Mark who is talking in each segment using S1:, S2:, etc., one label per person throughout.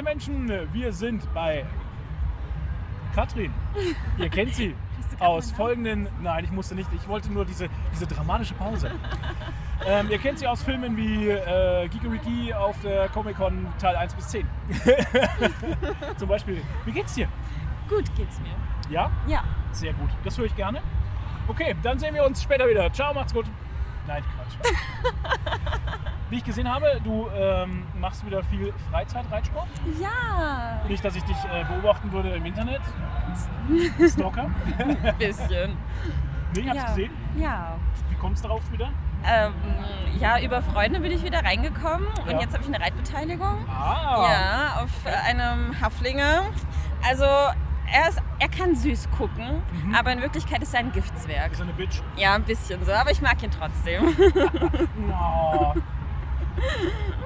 S1: Freunde, wir sind bei Katrin. Ihr kennt sie aus folgenden. Nein, ich musste nicht. Ich wollte nur diese, diese dramatische Pause. ähm, ihr kennt sie aus Filmen wie äh, Gigeriki auf der Comic Con Teil 1 bis 10. Zum Beispiel. Wie geht's dir?
S2: Gut geht's mir.
S1: Ja?
S2: Ja.
S1: Sehr gut. Das höre ich gerne. Okay, dann sehen wir uns später wieder. Ciao, macht's gut. Nein, Quatsch. Wie ich gesehen habe, du ähm, machst wieder viel Freizeitreitsport.
S2: Ja.
S1: Nicht, dass ich dich äh, beobachten würde im Internet. Stalker.
S2: Ein bisschen.
S1: Nee, ich hab's
S2: ja.
S1: gesehen.
S2: Ja.
S1: Wie kommst du darauf wieder?
S2: Ähm, ja, über Freunde bin ich wieder reingekommen
S1: Ja.
S2: und jetzt habe ich eine Reitbeteiligung.
S1: Ah.
S2: Ja, auf äh, einem Haflinger. Also er, ist, er kann süß gucken,
S1: Mhm.
S2: aber in Wirklichkeit ist er ein Giftswerk.
S1: Ist eine Bitch.
S2: Ja, ein bisschen so, aber ich mag ihn trotzdem.
S1: Na.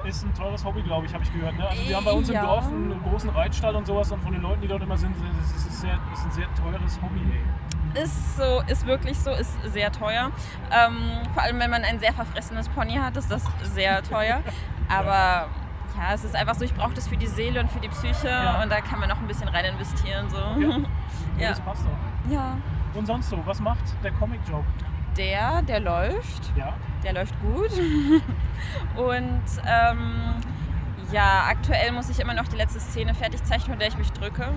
S1: Ist ein teures Hobby, glaube ich, habe ich gehört. Ne? Also wir haben bei uns
S2: Ja.
S1: im Dorf einen großen Reitstall und sowas und von den Leuten, die dort immer sind, es ist, ist, sehr, ist ein sehr teures Hobby. Ey.
S2: Ist so, ist wirklich so, ist sehr teuer. Ähm, vor allem, wenn man ein sehr verfressenes Pony hat, ist das sehr teuer. Aber ja, es ist einfach so, ich brauche das für die Seele und für die Psyche
S1: Ja.
S2: und da kann man noch ein bisschen rein investieren. So.
S1: Ja.
S2: Ja.
S1: Das passt doch.
S2: ja.
S1: Und sonst so, was macht der Comic-Job?
S2: Der, der läuft.
S1: Ja,
S2: der läuft gut. Und ähm, ja, aktuell muss ich immer noch die letzte Szene fertig zeichnen, in der ich mich drücke.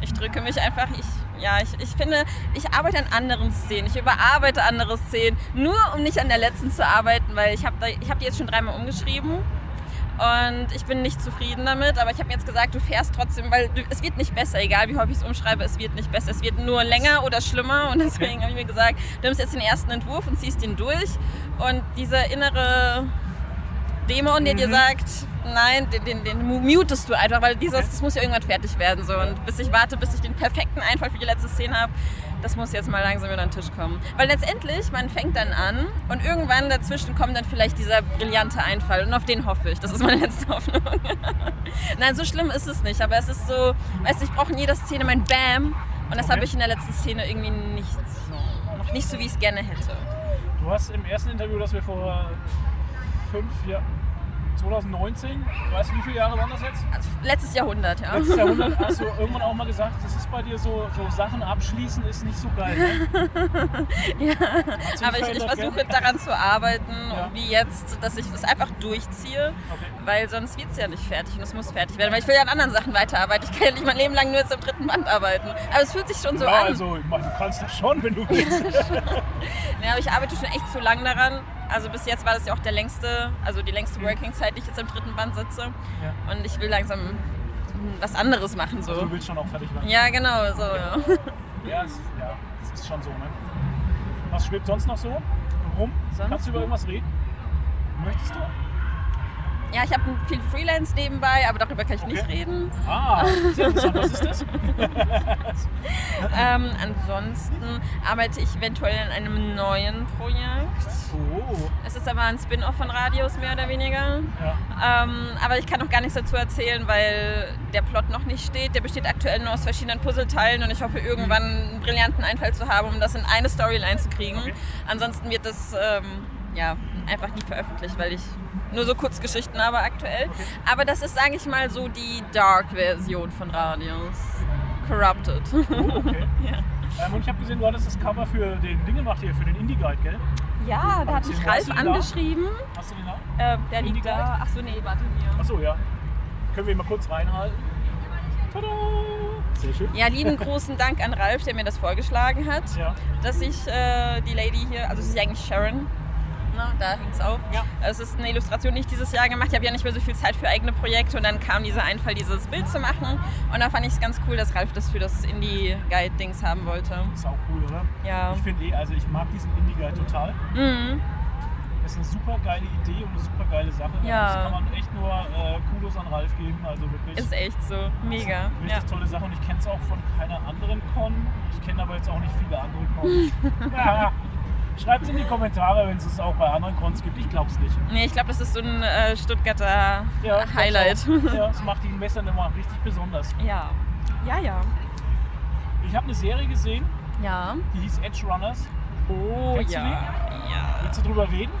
S2: Ich drücke mich einfach. Ich, ja, ich, ich finde, ich arbeite an anderen Szenen. Ich überarbeite andere Szenen, nur um nicht an der letzten zu arbeiten, weil ich habe hab die jetzt schon dreimal umgeschrieben. Und ich bin nicht zufrieden damit, aber ich habe mir jetzt gesagt, du fährst trotzdem, weil du, es wird nicht besser, egal wie häufig ich es umschreibe, es wird nicht besser. Es wird nur länger oder schlimmer und deswegen habe ich mir gesagt, du nimmst jetzt den ersten Entwurf und ziehst ihn durch. Und dieser innere Dämon, der dir sagt, nein, den, den, den mu- mutest du einfach, weil dieses, das muss ja irgendwann fertig werden. So. Und bis ich warte, bis ich den perfekten Einfall für die letzte Szene habe, das muss jetzt mal langsam über den Tisch kommen. Weil letztendlich, man fängt dann an und irgendwann dazwischen kommt dann vielleicht dieser brillante Einfall. Und auf den hoffe ich. Das ist meine letzte Hoffnung. nein, so schlimm ist es nicht. Aber es ist so, weißt du, ich brauche in jeder Szene mein Bam. Und das
S1: Okay.
S2: habe ich in der letzten Szene irgendwie nicht so. Noch nicht so, wie ich es gerne hätte.
S1: du hast im ersten Interview, das wir vor fünf Jahren, 2019, weißt du, wie viele Jahre waren das jetzt?
S2: Also, letztes Jahrhundert, ja.
S1: Letztes Jahrhundert hast du irgendwann auch mal gesagt, das ist bei dir so, so Sachen abschließen ist nicht so geil. Ne? ja,
S2: Aber ich, ich versuche daran zu arbeiten,
S1: Ja.
S2: wie jetzt, dass ich das einfach durchziehe,
S1: Okay.
S2: weil sonst wird es ja nicht fertig und es muss fertig werden, weil ich will ja an anderen Sachen weiterarbeiten. Ich kann ja nicht mein Leben lang nur jetzt am dritten Band arbeiten. Aber es fühlt sich schon so
S1: ja,
S2: an.
S1: also, ich meine, du kannst das schon, wenn du willst.
S2: Ja, aber ich arbeite schon echt zu lang daran. Also bis jetzt war das ja auch der längste, also die
S1: Mhm.
S2: längste Working-Zeit, die ich jetzt am dritten Band sitze.
S1: Ja.
S2: Und ich will langsam hm, was anderes machen so.
S1: Also Du willst schon auch fertig werden.
S2: Ja, genau, so. Ja.
S1: Ja, es, ja, es ist schon so, ne? Was schwebt sonst noch so rum?
S2: Sonst
S1: Kannst du über
S2: noch?
S1: irgendwas reden? Möchtest du?
S2: ja, ich habe viel Freelance nebenbei, aber darüber kann ich
S1: Okay.
S2: nicht reden.
S1: Ah, sehr interessant. Was ist das?
S2: Ähm, ansonsten arbeite ich eventuell an einem neuen Projekt.
S1: Oh,
S2: Es ist aber ein Spin-off von Radius, mehr oder weniger.
S1: ja.
S2: Ähm, aber ich kann noch gar nichts dazu erzählen, weil der Plot noch nicht steht. Der besteht aktuell nur aus verschiedenen Puzzleteilen und ich hoffe, irgendwann einen brillanten Einfall zu haben, um das in eine Storyline zu kriegen.
S1: Okay.
S2: Ansonsten wird das ähm, ja, einfach nie veröffentlicht, weil ich nur so Kurzgeschichten habe aktuell. Aber das ist, sage ich mal, so die Dark-Version von Radius. Corrupted.
S1: Okay. Ähm, und ich habe gesehen, du hattest das Cover für den Ding gemacht hier, für den Indie Guide, gell?
S2: Ja, da hat mich
S1: Hast
S2: Ralf
S1: du ihn da?
S2: angeschrieben.
S1: Hast du den da?
S2: Äh, der
S1: Indie
S2: liegt da. Achso, nee, warte mir.
S1: Achso, ja. Können wir ihn mal kurz reinhalten? Tada! Sehr schön.
S2: Ja, lieben großen Dank an Ralf, der mir das vorgeschlagen hat,
S1: Ja.
S2: dass ich äh, die Lady hier, also es ist ja eigentlich Sharon, ne, da hängt es auf.
S1: Ja.
S2: Es ist eine Illustration, die ich dieses Jahr gemacht habe. Ich habe ja nicht mehr so viel Zeit für eigene Projekte und dann kam dieser Einfall, dieses Bild zu machen. Und da fand ich es ganz cool, dass Ralf das für das Indie-Guide-Dings haben wollte.
S1: Ist auch cool, oder?
S2: Ja.
S1: Ich finde eh, also ich mag diesen Indie Guide total.
S2: Mhm.
S1: Das ist eine super geile Idee und eine super geile Sache.
S2: Ja.
S1: Das kann man echt nur äh, Kudos an Ralf geben. Also wirklich.
S2: Ist echt so. Mega.
S1: Richtig
S2: Ja.
S1: tolle Sache und ich kenne es auch von keiner anderen Con. Ich kenne aber jetzt auch nicht viele andere Cons. ja. Schreibt in die Kommentare, wenn es es auch bei anderen Cons gibt. Ich glaube es nicht.
S2: Nee, ich glaube, das ist so ein äh, Stuttgarter
S1: Ja, ich glaub's
S2: Highlight.
S1: auch. Ja, das macht die Messe immer richtig besonders.
S2: Ja. Ja, ja.
S1: Ich habe eine Serie gesehen,
S2: Ja.
S1: die hieß Edge Runners.
S2: Oh
S1: Kennst du
S2: ja. ja.
S1: Willst du drüber reden?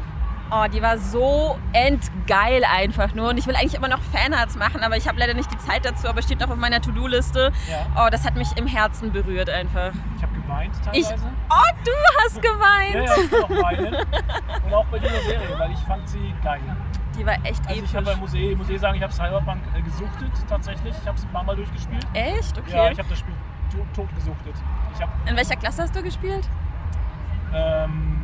S2: Oh, die war so endgeil einfach nur. Und ich will eigentlich immer noch Fanarts machen, aber ich habe leider nicht die Zeit dazu. Aber steht noch auf meiner To-Do-Liste.
S1: Ja.
S2: Oh, das hat mich im Herzen berührt einfach.
S1: Ich habe geweint
S2: Ich,
S1: teilweise.
S2: oh, du hast
S1: ja,
S2: geweint.
S1: ja, ich kann auch weinen. Und auch bei dieser Serie, weil ich fand sie geil.
S2: Die war echt
S1: Also ich
S2: episch.
S1: habe bei Musee, muss eh sagen, ich habe Cyberpunk äh, gesuchtet tatsächlich. Ich habe es ein paar Mal durchgespielt.
S2: Echt? Okay.
S1: Ja, ich habe das Spiel to tot gesuchtet. Ich habe
S2: In welcher Klasse hast du gespielt?
S1: ähm,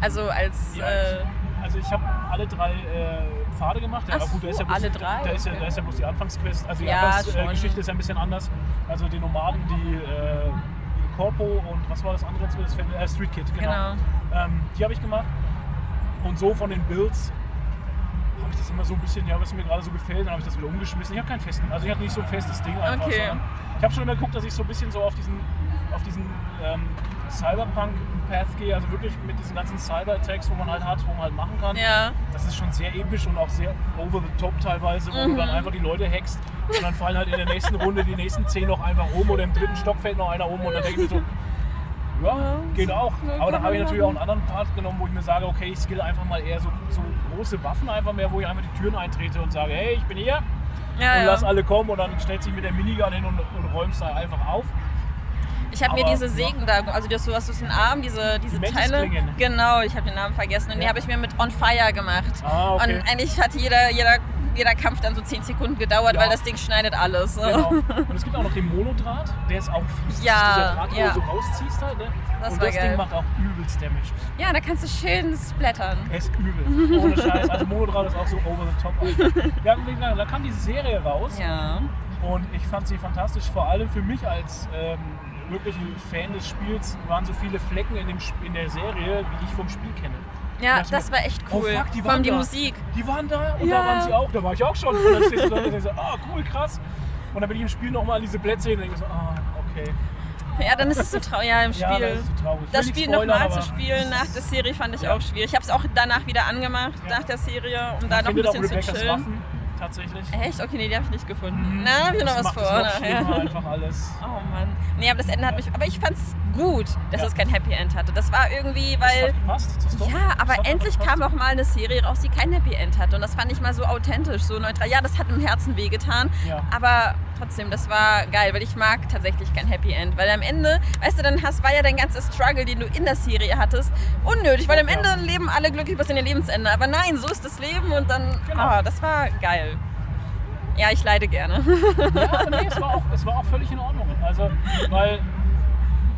S2: Also als...
S1: Ja,
S2: äh,
S1: Also ich habe alle drei äh, Pfade gemacht. Ja,
S2: Ach
S1: gut, da ist ja
S2: so,
S1: bloß,
S2: alle drei,
S1: Da ist ja,
S2: okay.
S1: da ist ja bloß die Anfangsquest. Also die
S2: Ja,
S1: Anfangsgeschichte
S2: schon.
S1: äh, Geschichte ist ja ein bisschen anders. Also die Nomaden, die äh, Corpo und was war das andere? jetzt? Das fällt mir- äh, Street Kid, genau.
S2: Genau.
S1: Ähm, die habe ich gemacht. Und so von den Builds habe ich das immer so ein bisschen, ja, was mir gerade so gefällt, dann habe ich das wieder umgeschmissen. Ich habe keinen festen, also ich habe nicht so ein festes Ding einfach.
S2: Okay.
S1: sondern Ich habe schon immer geguckt, dass ich so ein bisschen so auf diesen, auf diesen ähm, Cyberpunk-Path gehe, also wirklich mit diesen ganzen Cyber-Attacks, wo man halt hat, wo man halt machen kann.
S2: ja.
S1: Das ist schon sehr episch und auch sehr over the top teilweise, wo du dann einfach die Leute hackst und dann fallen halt in der nächsten Runde die nächsten zehn noch einfach um oder im dritten Stock fällt noch einer um und dann denke ich mir so, ja, geht auch. Aber dann habe ich natürlich auch einen anderen Part genommen, wo ich mir sage, okay, ich skill einfach mal eher so, so große Waffen einfach mehr, wo ich einfach die Türen eintrete und sage, hey, ich bin hier
S2: Ja,
S1: und
S2: ja.
S1: lass alle kommen und dann stellt sich mit der Minigun hin und, und räumst da einfach auf.
S2: Ich habe mir
S1: Aber-
S2: diese Segen da, also das, du hast so den Arm, diese, diese
S1: Die
S2: Teile.
S1: Mentice-Klingen.
S2: Genau, ich habe den Namen vergessen und die
S1: Ja.
S2: habe ich mir mit On Fire gemacht.
S1: Ah, okay.
S2: Und eigentlich hat jeder, jeder, jeder Kampf dann so 10 Sekunden gedauert,
S1: Ja.
S2: weil das Ding schneidet alles. So.
S1: Genau. Und es gibt auch noch den Monodraht, der ist auch fies.
S2: also. Ja,
S1: das ist dieser Draht,
S2: ja.
S1: wo du so rausziehst halt. Ne?
S2: Das
S1: und
S2: war
S1: das
S2: geil.
S1: Ding macht auch übelst Damage.
S2: Ja, da kannst du schön splattern.
S1: Er ist übel. Ohne Scheiß. Also Monodraht ist auch so over the top. einfach. Ja, und wie gesagt, da kam diese Serie raus
S2: Ja.
S1: und ich fand sie fantastisch. Vor allem für mich als ähm, wirklichen Fan des Spiels waren so viele Flecken in, dem, Sp- in der Serie, wie ich vom Spiel kenne.
S2: Ja,
S1: Das war-
S2: das war echt
S1: Oh,
S2: cool.
S1: fuck, die
S2: Vor allem
S1: waren
S2: die
S1: da.
S2: Musik.
S1: Die waren da und
S2: Ja.
S1: da waren sie auch. Da war ich auch schon. Und dann stehst du da und denkst so, ah, cool, krass. Und dann bin ich im Spiel nochmal an diese Plätze hin und denke so, ah, okay.
S2: Ja, dann ist es so traurig. Ja, im Spiel.
S1: Ja, das ist so traurig. Ich
S2: das
S1: will nicht
S2: Spiel
S1: spoilern,
S2: nochmal
S1: aber
S2: zu spielen nach der Serie fand ich
S1: Ja.
S2: auch schwierig. Ich habe es auch danach wieder angemacht,
S1: Ja.
S2: nach der Serie, um
S1: Man
S2: da noch ein
S1: findet
S2: bisschen
S1: auch
S2: zu
S1: Rebecca's
S2: chillen.
S1: Waffen, tatsächlich.
S2: Echt? Okay, nee, die habe ich nicht gefunden.
S1: Mhm.
S2: Na, hab ich noch
S1: Das
S2: was
S1: macht es
S2: vor.
S1: noch
S2: nachher.
S1: schlimmer einfach alles.
S2: Oh Mann. Nee, aber das Ende hat mich. Aber ich fand's gut, dass
S1: Ja.
S2: es kein Happy End hatte. Das war irgendwie,
S1: das
S2: weil.
S1: hat gepasst, das ist doch,
S2: Ja,
S1: das hat
S2: aber
S1: doch
S2: endlich
S1: gepasst.
S2: kam auch mal eine Serie raus, die kein Happy End hatte. Und das fand ich mal so authentisch, so neutral. Ja, das hat im Herzen wehgetan.
S1: Ja.
S2: Aber trotzdem, das war geil, weil ich mag tatsächlich kein Happy End. Weil am Ende, weißt du, dann hast, war ja dein ganzer Struggle, den du in der Serie hattest, unnötig. Weil am
S1: Ja.
S2: Ende leben alle glücklich bis in ihr Lebensende. Aber nein, so ist das Leben. Und dann,
S1: Genau.
S2: ah, das war geil. Ja, ich leide gerne.
S1: Ja, aber nee, es war, auch, es war auch völlig in Ordnung. Also, weil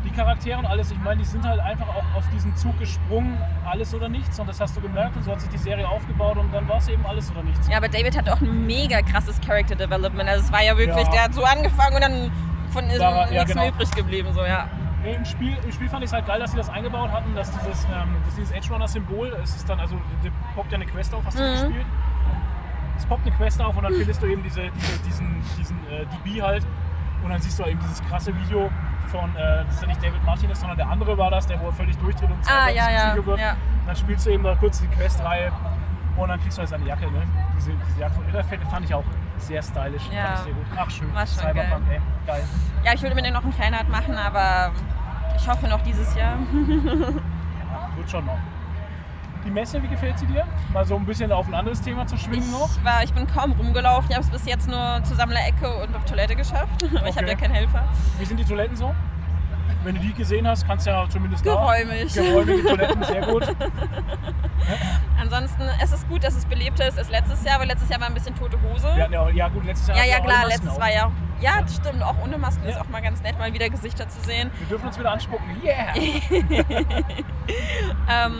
S1: die Charaktere und alles, ich meine, die sind halt einfach auch auf diesen Zug gesprungen, alles oder nichts. Und das hast du gemerkt und so hat sich die Serie aufgebaut und dann war es eben alles oder nichts.
S2: Ja, aber David hat auch ein mega krasses Character Development. Also es war ja wirklich,
S1: Ja.
S2: der hat so angefangen und dann von ihm
S1: War er- ja,
S2: nichts
S1: genau.
S2: mehr übrig geblieben. So, ja.
S1: Nee, im, Spiel, Im Spiel fand ich es halt geil, dass sie das eingebaut hatten, dass dieses, ähm, dass dieses Edge Runner Symbol, es ist dann, also da poppt ja eine Quest auf, hast du
S2: Mhm.
S1: gespielt? Es poppt eine Quest auf und dann findest du eben diese, diese, diesen, diesen äh, DB halt und dann siehst du eben dieses krasse Video von, äh, das ist ja nicht David Martin ist, sondern der andere war das, der wo er völlig durchdreht und
S2: Ah,
S1: selber
S2: ja,
S1: zum
S2: ja,
S1: Psycho wird.
S2: ja.
S1: Und dann spielst du eben da kurz die Questreihe und dann kriegst du halt seine Jacke, ne? Diese, diese Jacke von Ritterfeld fand ich auch sehr stylisch,
S2: Ja.
S1: fand ich sehr gut. Ach schön,
S2: War schon
S1: Cyberpunk, ey, geil.
S2: ja, ich würde mir den noch einen Fanart machen, aber ich hoffe noch dieses Jahr.
S1: Mhm. Wird schon noch. Die Messe, wie gefällt sie dir? Mal so ein bisschen auf ein anderes Thema zu schwingen noch.
S2: Ich, war, ich bin kaum rumgelaufen. Ich habe es bis jetzt nur zur Sammlerecke und auf Toilette geschafft. Aber ich habe
S1: Okay.
S2: ja keinen Helfer.
S1: Wie sind die Toiletten so? Wenn du die gesehen hast, kannst du ja zumindest
S2: Geräumig.
S1: Da, geräumige Toiletten, sehr gut.
S2: Ansonsten, es ist gut, dass es belebter ist als letztes Jahr, weil letztes Jahr war ein bisschen tote Hose.
S1: Wir hatten ja, auch- ja gut, letztes Jahr
S2: ja,
S1: hatten
S2: ja,
S1: wir auch
S2: klar,
S1: alle Masken
S2: letztes
S1: auf.
S2: war ja auch. Ja, das stimmt, auch ohne Masken ist
S1: Ja.
S2: auch mal ganz nett, mal wieder Gesichter zu sehen.
S1: Wir dürfen uns wieder anspucken. Yeah!
S2: Ähm,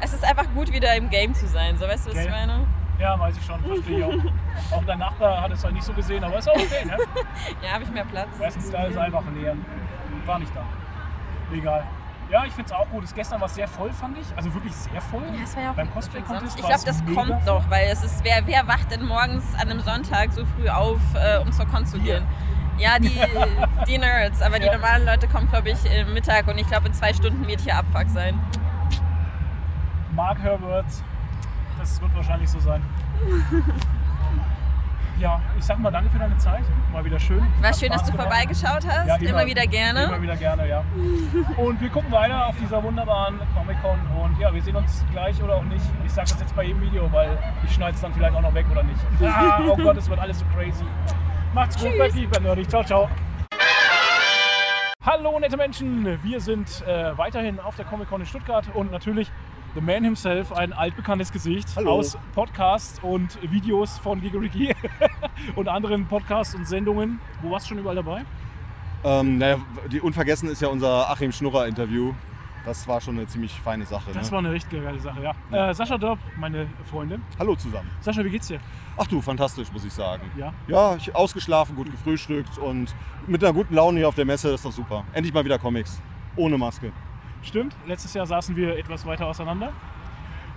S2: es ist einfach gut, wieder im Game zu sein. So, weißt du, was ich
S1: Gell?
S2: meine?
S1: Ja, weiß ich schon, verstehe ich auch. Auch dein Nachbar hat es halt nicht so gesehen, aber ist auch okay, ne?
S2: Ja, habe ich mehr Platz.
S1: Erstens, da ist einfach näher. War nicht da. Egal. Ja, ich finde es auch gut. Das gestern war es sehr voll, fand ich. Also wirklich sehr voll.
S2: Ja, es war ja auch
S1: Beim
S2: nicht
S1: Cosplay
S2: umsonst.
S1: Contest
S2: Ich
S1: war
S2: glaube,
S1: es
S2: das
S1: mega
S2: kommt
S1: voll.
S2: noch, weil es ist, wer, wer wacht denn morgens an einem Sonntag so früh auf, äh, um zur Con zu
S1: Wir.
S2: gehen? Ja, die, die Nerds, aber die
S1: Ja.
S2: normalen Leute kommen, glaube ich, im Mittag und ich glaube, in zwei Stunden wird hier Abfuck sein.
S1: Mark Herbert. Das wird wahrscheinlich so sein. Ja, ich sag mal danke für deine Zeit. Mal wieder schön.
S2: War
S1: Hat
S2: schön, dass
S1: Spaß
S2: du
S1: gemacht.
S2: vorbeigeschaut hast.
S1: Ja,
S2: immer, wieder gerne.
S1: Immer wieder gerne, ja. Und wir gucken weiter auf dieser wunderbaren Comic-Con und ja, wir sehen uns gleich oder auch nicht. Ich sage das jetzt bei jedem Video, weil ich schneide es dann vielleicht auch noch weg oder nicht. Ah, oh Gott, es wird alles so crazy. Macht's gut, bleibt lieb, bleibt nerdig. Ciao, ciao. Hallo nette Menschen, wir sind äh, weiterhin auf der Comic-Con in Stuttgart und natürlich The Man himself, ein altbekanntes Gesicht
S3: Hallo.
S1: aus Podcasts und Videos von Gigeriki und anderen Podcasts und Sendungen. Wo warst du schon überall dabei?
S3: Ähm, naja, die Unvergessen ist ja unser Achim Schnurrer-Interview. Das war schon eine ziemlich feine Sache.
S1: Das
S3: ne?
S1: war eine richtig geile Sache, ja.
S3: Ja.
S1: Äh, Sascha Dörp, meine Freundin.
S3: Hallo zusammen.
S1: Sascha, wie geht's dir?
S3: Ach du, fantastisch, muss ich sagen.
S1: Ja.
S3: Ja, ich ausgeschlafen, gut gefrühstückt und mit einer guten Laune hier auf der Messe, das ist doch super. Endlich mal wieder Comics. Ohne Maske.
S1: Stimmt, letztes Jahr saßen wir etwas weiter auseinander.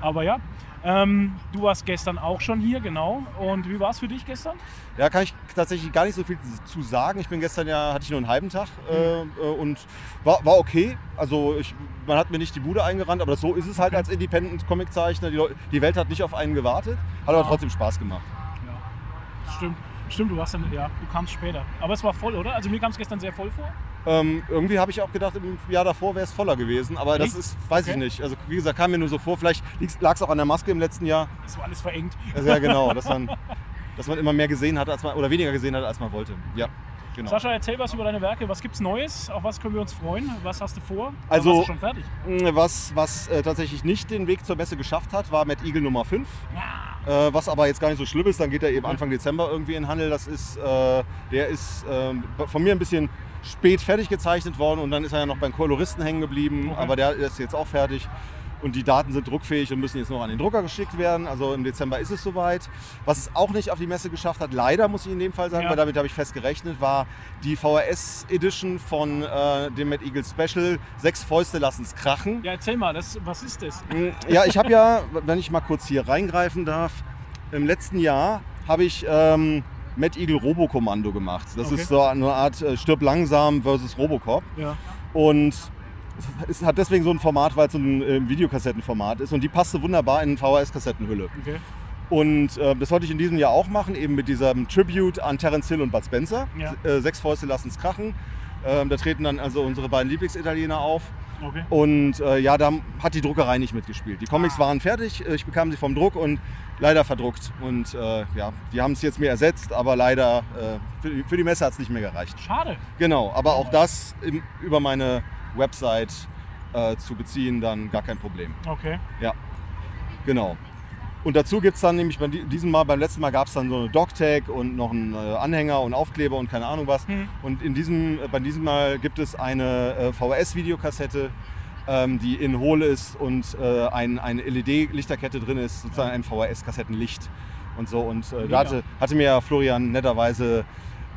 S1: Aber ja, ähm, du warst gestern auch schon hier, genau. Und wie war es für dich gestern?
S3: Ja, kann ich tatsächlich gar nicht so viel zu sagen. Ich bin gestern ja, hatte ich nur einen halben Tag
S1: Mhm.
S3: äh, äh, und war, war okay. Also ich, man hat mir nicht die Bude eingerannt, aber das, so ist es halt als Independent-Comic-Zeichner. Die, Leu- die Welt hat nicht auf einen gewartet, hat aber
S1: Ja.
S3: trotzdem Spaß gemacht.
S1: Ja, stimmt. Stimmt, du warst dann, ja, du kamst später. Aber es war voll, oder? Also mir kam es gestern sehr voll vor.
S3: Ähm, irgendwie habe ich auch gedacht, im Jahr davor wäre es voller gewesen, aber das
S1: Echt?
S3: ist, weiß ich
S1: Okay.
S3: nicht. Also wie gesagt, kam mir nur so vor. Vielleicht lag es auch an der Maske im letzten Jahr.
S1: Es war alles verengt.
S3: Also, ja, genau, dass man, dass man immer mehr gesehen hat, als man, oder weniger gesehen hat, als man wollte. Ja, genau.
S1: Sascha, erzähl was über deine Werke. Was gibt's Neues? Auf was können wir uns freuen? Was hast du vor? Oder
S3: Also-
S1: warst du schon fertig.
S3: Was, was äh, tatsächlich nicht den Weg zur Messe geschafft hat, war Matt Eagle Nummer 5. Äh, was aber jetzt gar nicht so schlimm ist, dann geht er eben Anfang Dezember irgendwie in den Handel. Das ist, äh, der ist ähm, von mir ein bisschen spät fertig gezeichnet worden und dann ist er ja noch beim Koloristen hängen geblieben,
S1: Okay.
S3: aber der ist jetzt auch fertig. Und die Daten sind druckfähig und müssen jetzt noch an den Drucker geschickt werden. Also im Dezember ist es soweit. Was es auch nicht auf die Messe geschafft hat, leider muss ich in dem Fall sagen,
S1: Ja.
S3: weil damit habe ich fest gerechnet, war die VHS-Edition von äh, dem Mad Eagle Special. Sechs Fäuste lassen's krachen.
S1: Ja, erzähl mal, das, was ist das?
S3: Mm, Ja, ich habe ja, wenn ich mal kurz hier reingreifen darf, im letzten Jahr habe ich ähm, Mad Eagle Robokommando gemacht. Das
S1: Okay.
S3: ist so eine Art äh, Stirb langsam versus Robocop.
S1: Ja.
S3: Und es hat deswegen so ein Format, weil es so ein äh, Videokassettenformat ist. Und die passte wunderbar in eine VHS-Kassettenhülle.
S1: Okay.
S3: Und äh, das wollte ich in diesem Jahr auch machen, eben mit diesem Tribute an Terence Hill und Bud Spencer.
S1: Ja.
S3: S- Äh, Sechs Fäuste lassen's krachen. Ähm, da treten dann also unsere beiden Lieblingsitaliener auf.
S1: Okay.
S3: Und äh, ja, da hat die Druckerei nicht mitgespielt. Die Comics waren fertig, äh, ich bekam sie vom Druck und leider verdruckt. Und äh, ja, die haben es jetzt mir ersetzt, aber leider äh, für, für die Messe hat es nicht mehr gereicht.
S1: Schade.
S3: Genau, aber auch das im, über meine Website äh, zu beziehen, dann gar kein Problem.
S1: Okay.
S3: Genau. Und dazu gibt es dann nämlich bei di- diesem Mal, beim letzten Mal gab es dann so eine Dog-Tag und noch einen äh, Anhänger und Aufkleber und keine Ahnung was.
S1: Hm.
S3: Und in diesem, äh, bei diesem Mal gibt es eine äh, VHS-Videokassette, ähm, die in hohl ist und äh, ein, eine LED-Lichterkette drin ist, sozusagen ein VHS-Kassettenlicht und so. Und äh,
S1: Mega.
S3: da hatte, hatte mir Florian netterweise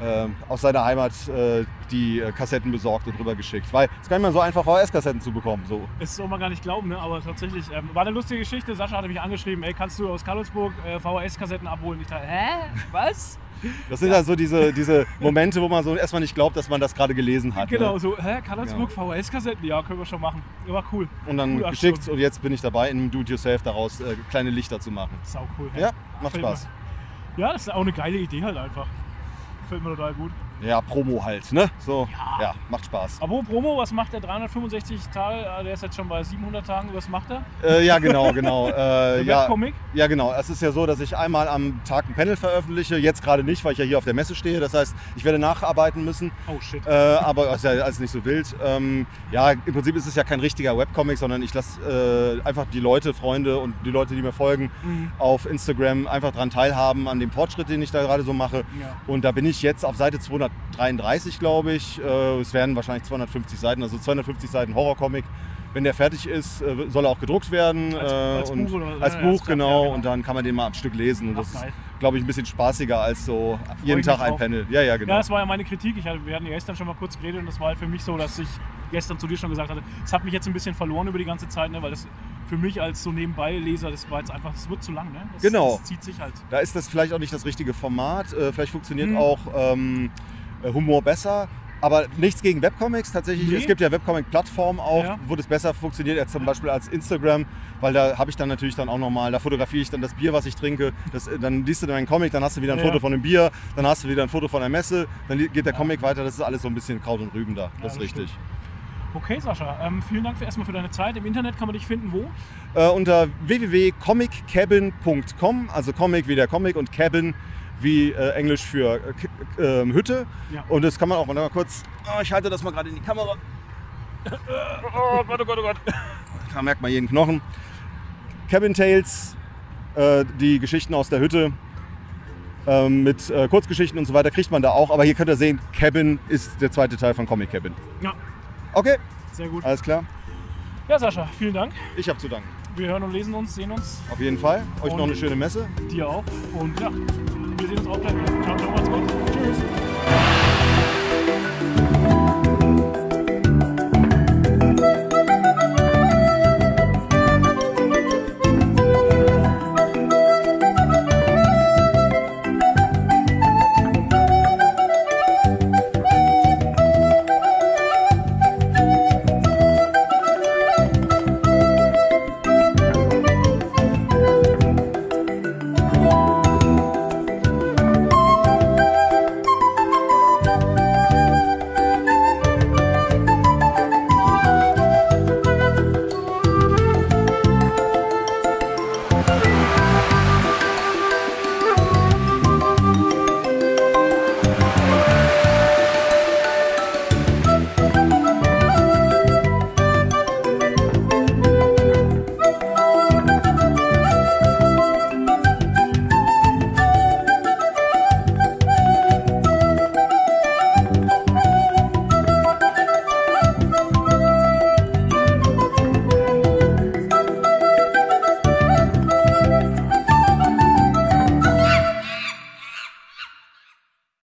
S3: äh, aus seiner Heimat äh, die äh, Kassetten besorgt und rübergeschickt. Weil es ist gar nicht mal so einfach, VHS-Kassetten zu bekommen. So.
S1: Es soll man gar nicht glauben, ne? aber tatsächlich ähm, war eine lustige Geschichte. Sascha hatte mich angeschrieben, ey, kannst du aus Karlsburg äh, VHS-Kassetten abholen? Ich dachte, hä? Was?
S3: Das sind halt so diese, diese Momente, wo man so erstmal nicht glaubt, dass man das gerade gelesen hat.
S1: genau,
S3: Ne?
S1: so, hä? Karlsburg VHS-Kassetten? Ja, können wir schon machen. Ja, War cool.
S3: Und dann
S1: Cool, ach,
S3: geschickt und jetzt bin ich dabei, in einem Do-it-yourself daraus äh, kleine Lichter zu machen.
S1: Sau cool. hä?
S3: Ja, macht
S1: Fällt
S3: Spaß.
S1: ja, das ist auch eine geile Idee halt einfach. Fällt mir total gut.
S3: Ja, Promo halt, ne? So,
S1: Ja.
S3: ja, macht Spaß.
S1: Aber Promo, was macht der 365 Tage? Ah, Der ist jetzt schon bei 700 Tagen. Was macht er?
S3: Äh, ja, genau, genau. Äh,
S1: Der
S3: ja,
S1: Webcomic?
S3: ja, genau. Es ist ja so, dass ich einmal am Tag ein Panel veröffentliche. Jetzt gerade nicht, weil ich ja hier auf der Messe stehe. Das heißt, ich werde nacharbeiten müssen.
S1: Oh shit.
S3: Äh, aber ist ja alles nicht so wild. Ähm, ja, im Prinzip ist es ja kein richtiger Webcomic, sondern ich lasse äh, einfach die Leute, Freunde und die Leute, die mir folgen,
S1: Mhm.
S3: auf Instagram einfach daran teilhaben, an dem Fortschritt, den ich da gerade so mache.
S1: Ja.
S3: Und da bin ich jetzt auf Seite 233, glaube ich. Äh, es werden wahrscheinlich 250 Seiten, also 250 Seiten Horrorcomic. Wenn der fertig ist, äh, soll er auch gedruckt werden. äh,
S1: Als- als
S3: und
S1: Buch oder-
S3: als
S1: ja,
S3: Buch
S1: als- ja,
S3: genau.
S1: genau.
S3: Und dann kann man den mal am Stück lesen. Und
S1: Ach,
S3: das ist,
S1: geil.
S3: glaube ich, ein bisschen spaßiger als so jeden
S1: mich
S3: Tag ein
S1: drauf.
S3: Panel. Ja, ja,
S1: Ja,
S3: genau.
S1: das war ja meine Kritik. Ich hatte, wir hatten ja gestern schon mal kurz geredet und das war halt für mich so, dass ich gestern zu dir schon gesagt hatte, es hat mich jetzt ein bisschen verloren über die ganze Zeit, ne, weil das für mich als so nebenbei Leser, das war jetzt einfach, das wird zu lang. Ne? Das,
S3: Genau.
S1: Das zieht sich halt.
S3: Da ist das vielleicht auch nicht das richtige Format. Äh, vielleicht funktioniert
S1: Mhm.
S3: auch ähm, äh, Humor besser. Aber nichts gegen Webcomics tatsächlich.
S1: Nee.
S3: Es gibt ja Webcomic-Plattformen auch,
S1: Ja.
S3: wo das besser funktioniert als zum Beispiel als Instagram, weil da habe ich dann natürlich dann auch nochmal, da fotografiere ich dann das Bier, was ich trinke. Das, äh, dann liest du dann einen Comic, dann hast du wieder ein
S1: Ja.
S3: Foto von einem Bier, dann hast du wieder ein Foto von einer Messe, dann li- geht der Comic weiter. Das ist alles so ein bisschen Kraut und Rüben da.
S1: das
S3: Das ist richtig.
S1: Okay, Sascha, ähm, vielen Dank für, erstmal für deine Zeit. Im Internet kann man dich finden, wo?
S3: Äh, unter www.comiccabin.com, also Comic wie der Comic und Cabin wie äh, Englisch für äh, K- ähm, Hütte.
S1: Ja.
S3: Und das kann man auch mal kurz. Oh, ich halte das mal gerade in die Kamera.
S1: Oh Gott, oh Gott, oh Gott.
S3: Da merkt man jeden Knochen. Cabin Tales, äh, die Geschichten aus der Hütte ähm, mit äh, Kurzgeschichten und so weiter kriegt man da auch. Aber hier könnt ihr sehen, Cabin ist der zweite Teil von Comic Cabin.
S1: Ja,
S3: Okay,
S1: sehr gut.
S3: alles klar.
S1: Ja, Sascha, vielen Dank.
S3: Ich habe zu danken.
S1: Wir hören und lesen uns, sehen uns,
S3: Auf jeden Fall. Euch noch
S1: Und-
S3: eine schöne Messe.
S1: dir auch. Und ja, wir sehen uns auch gleich. wieder. Ciao, ciao, macht's gut. Tschüss.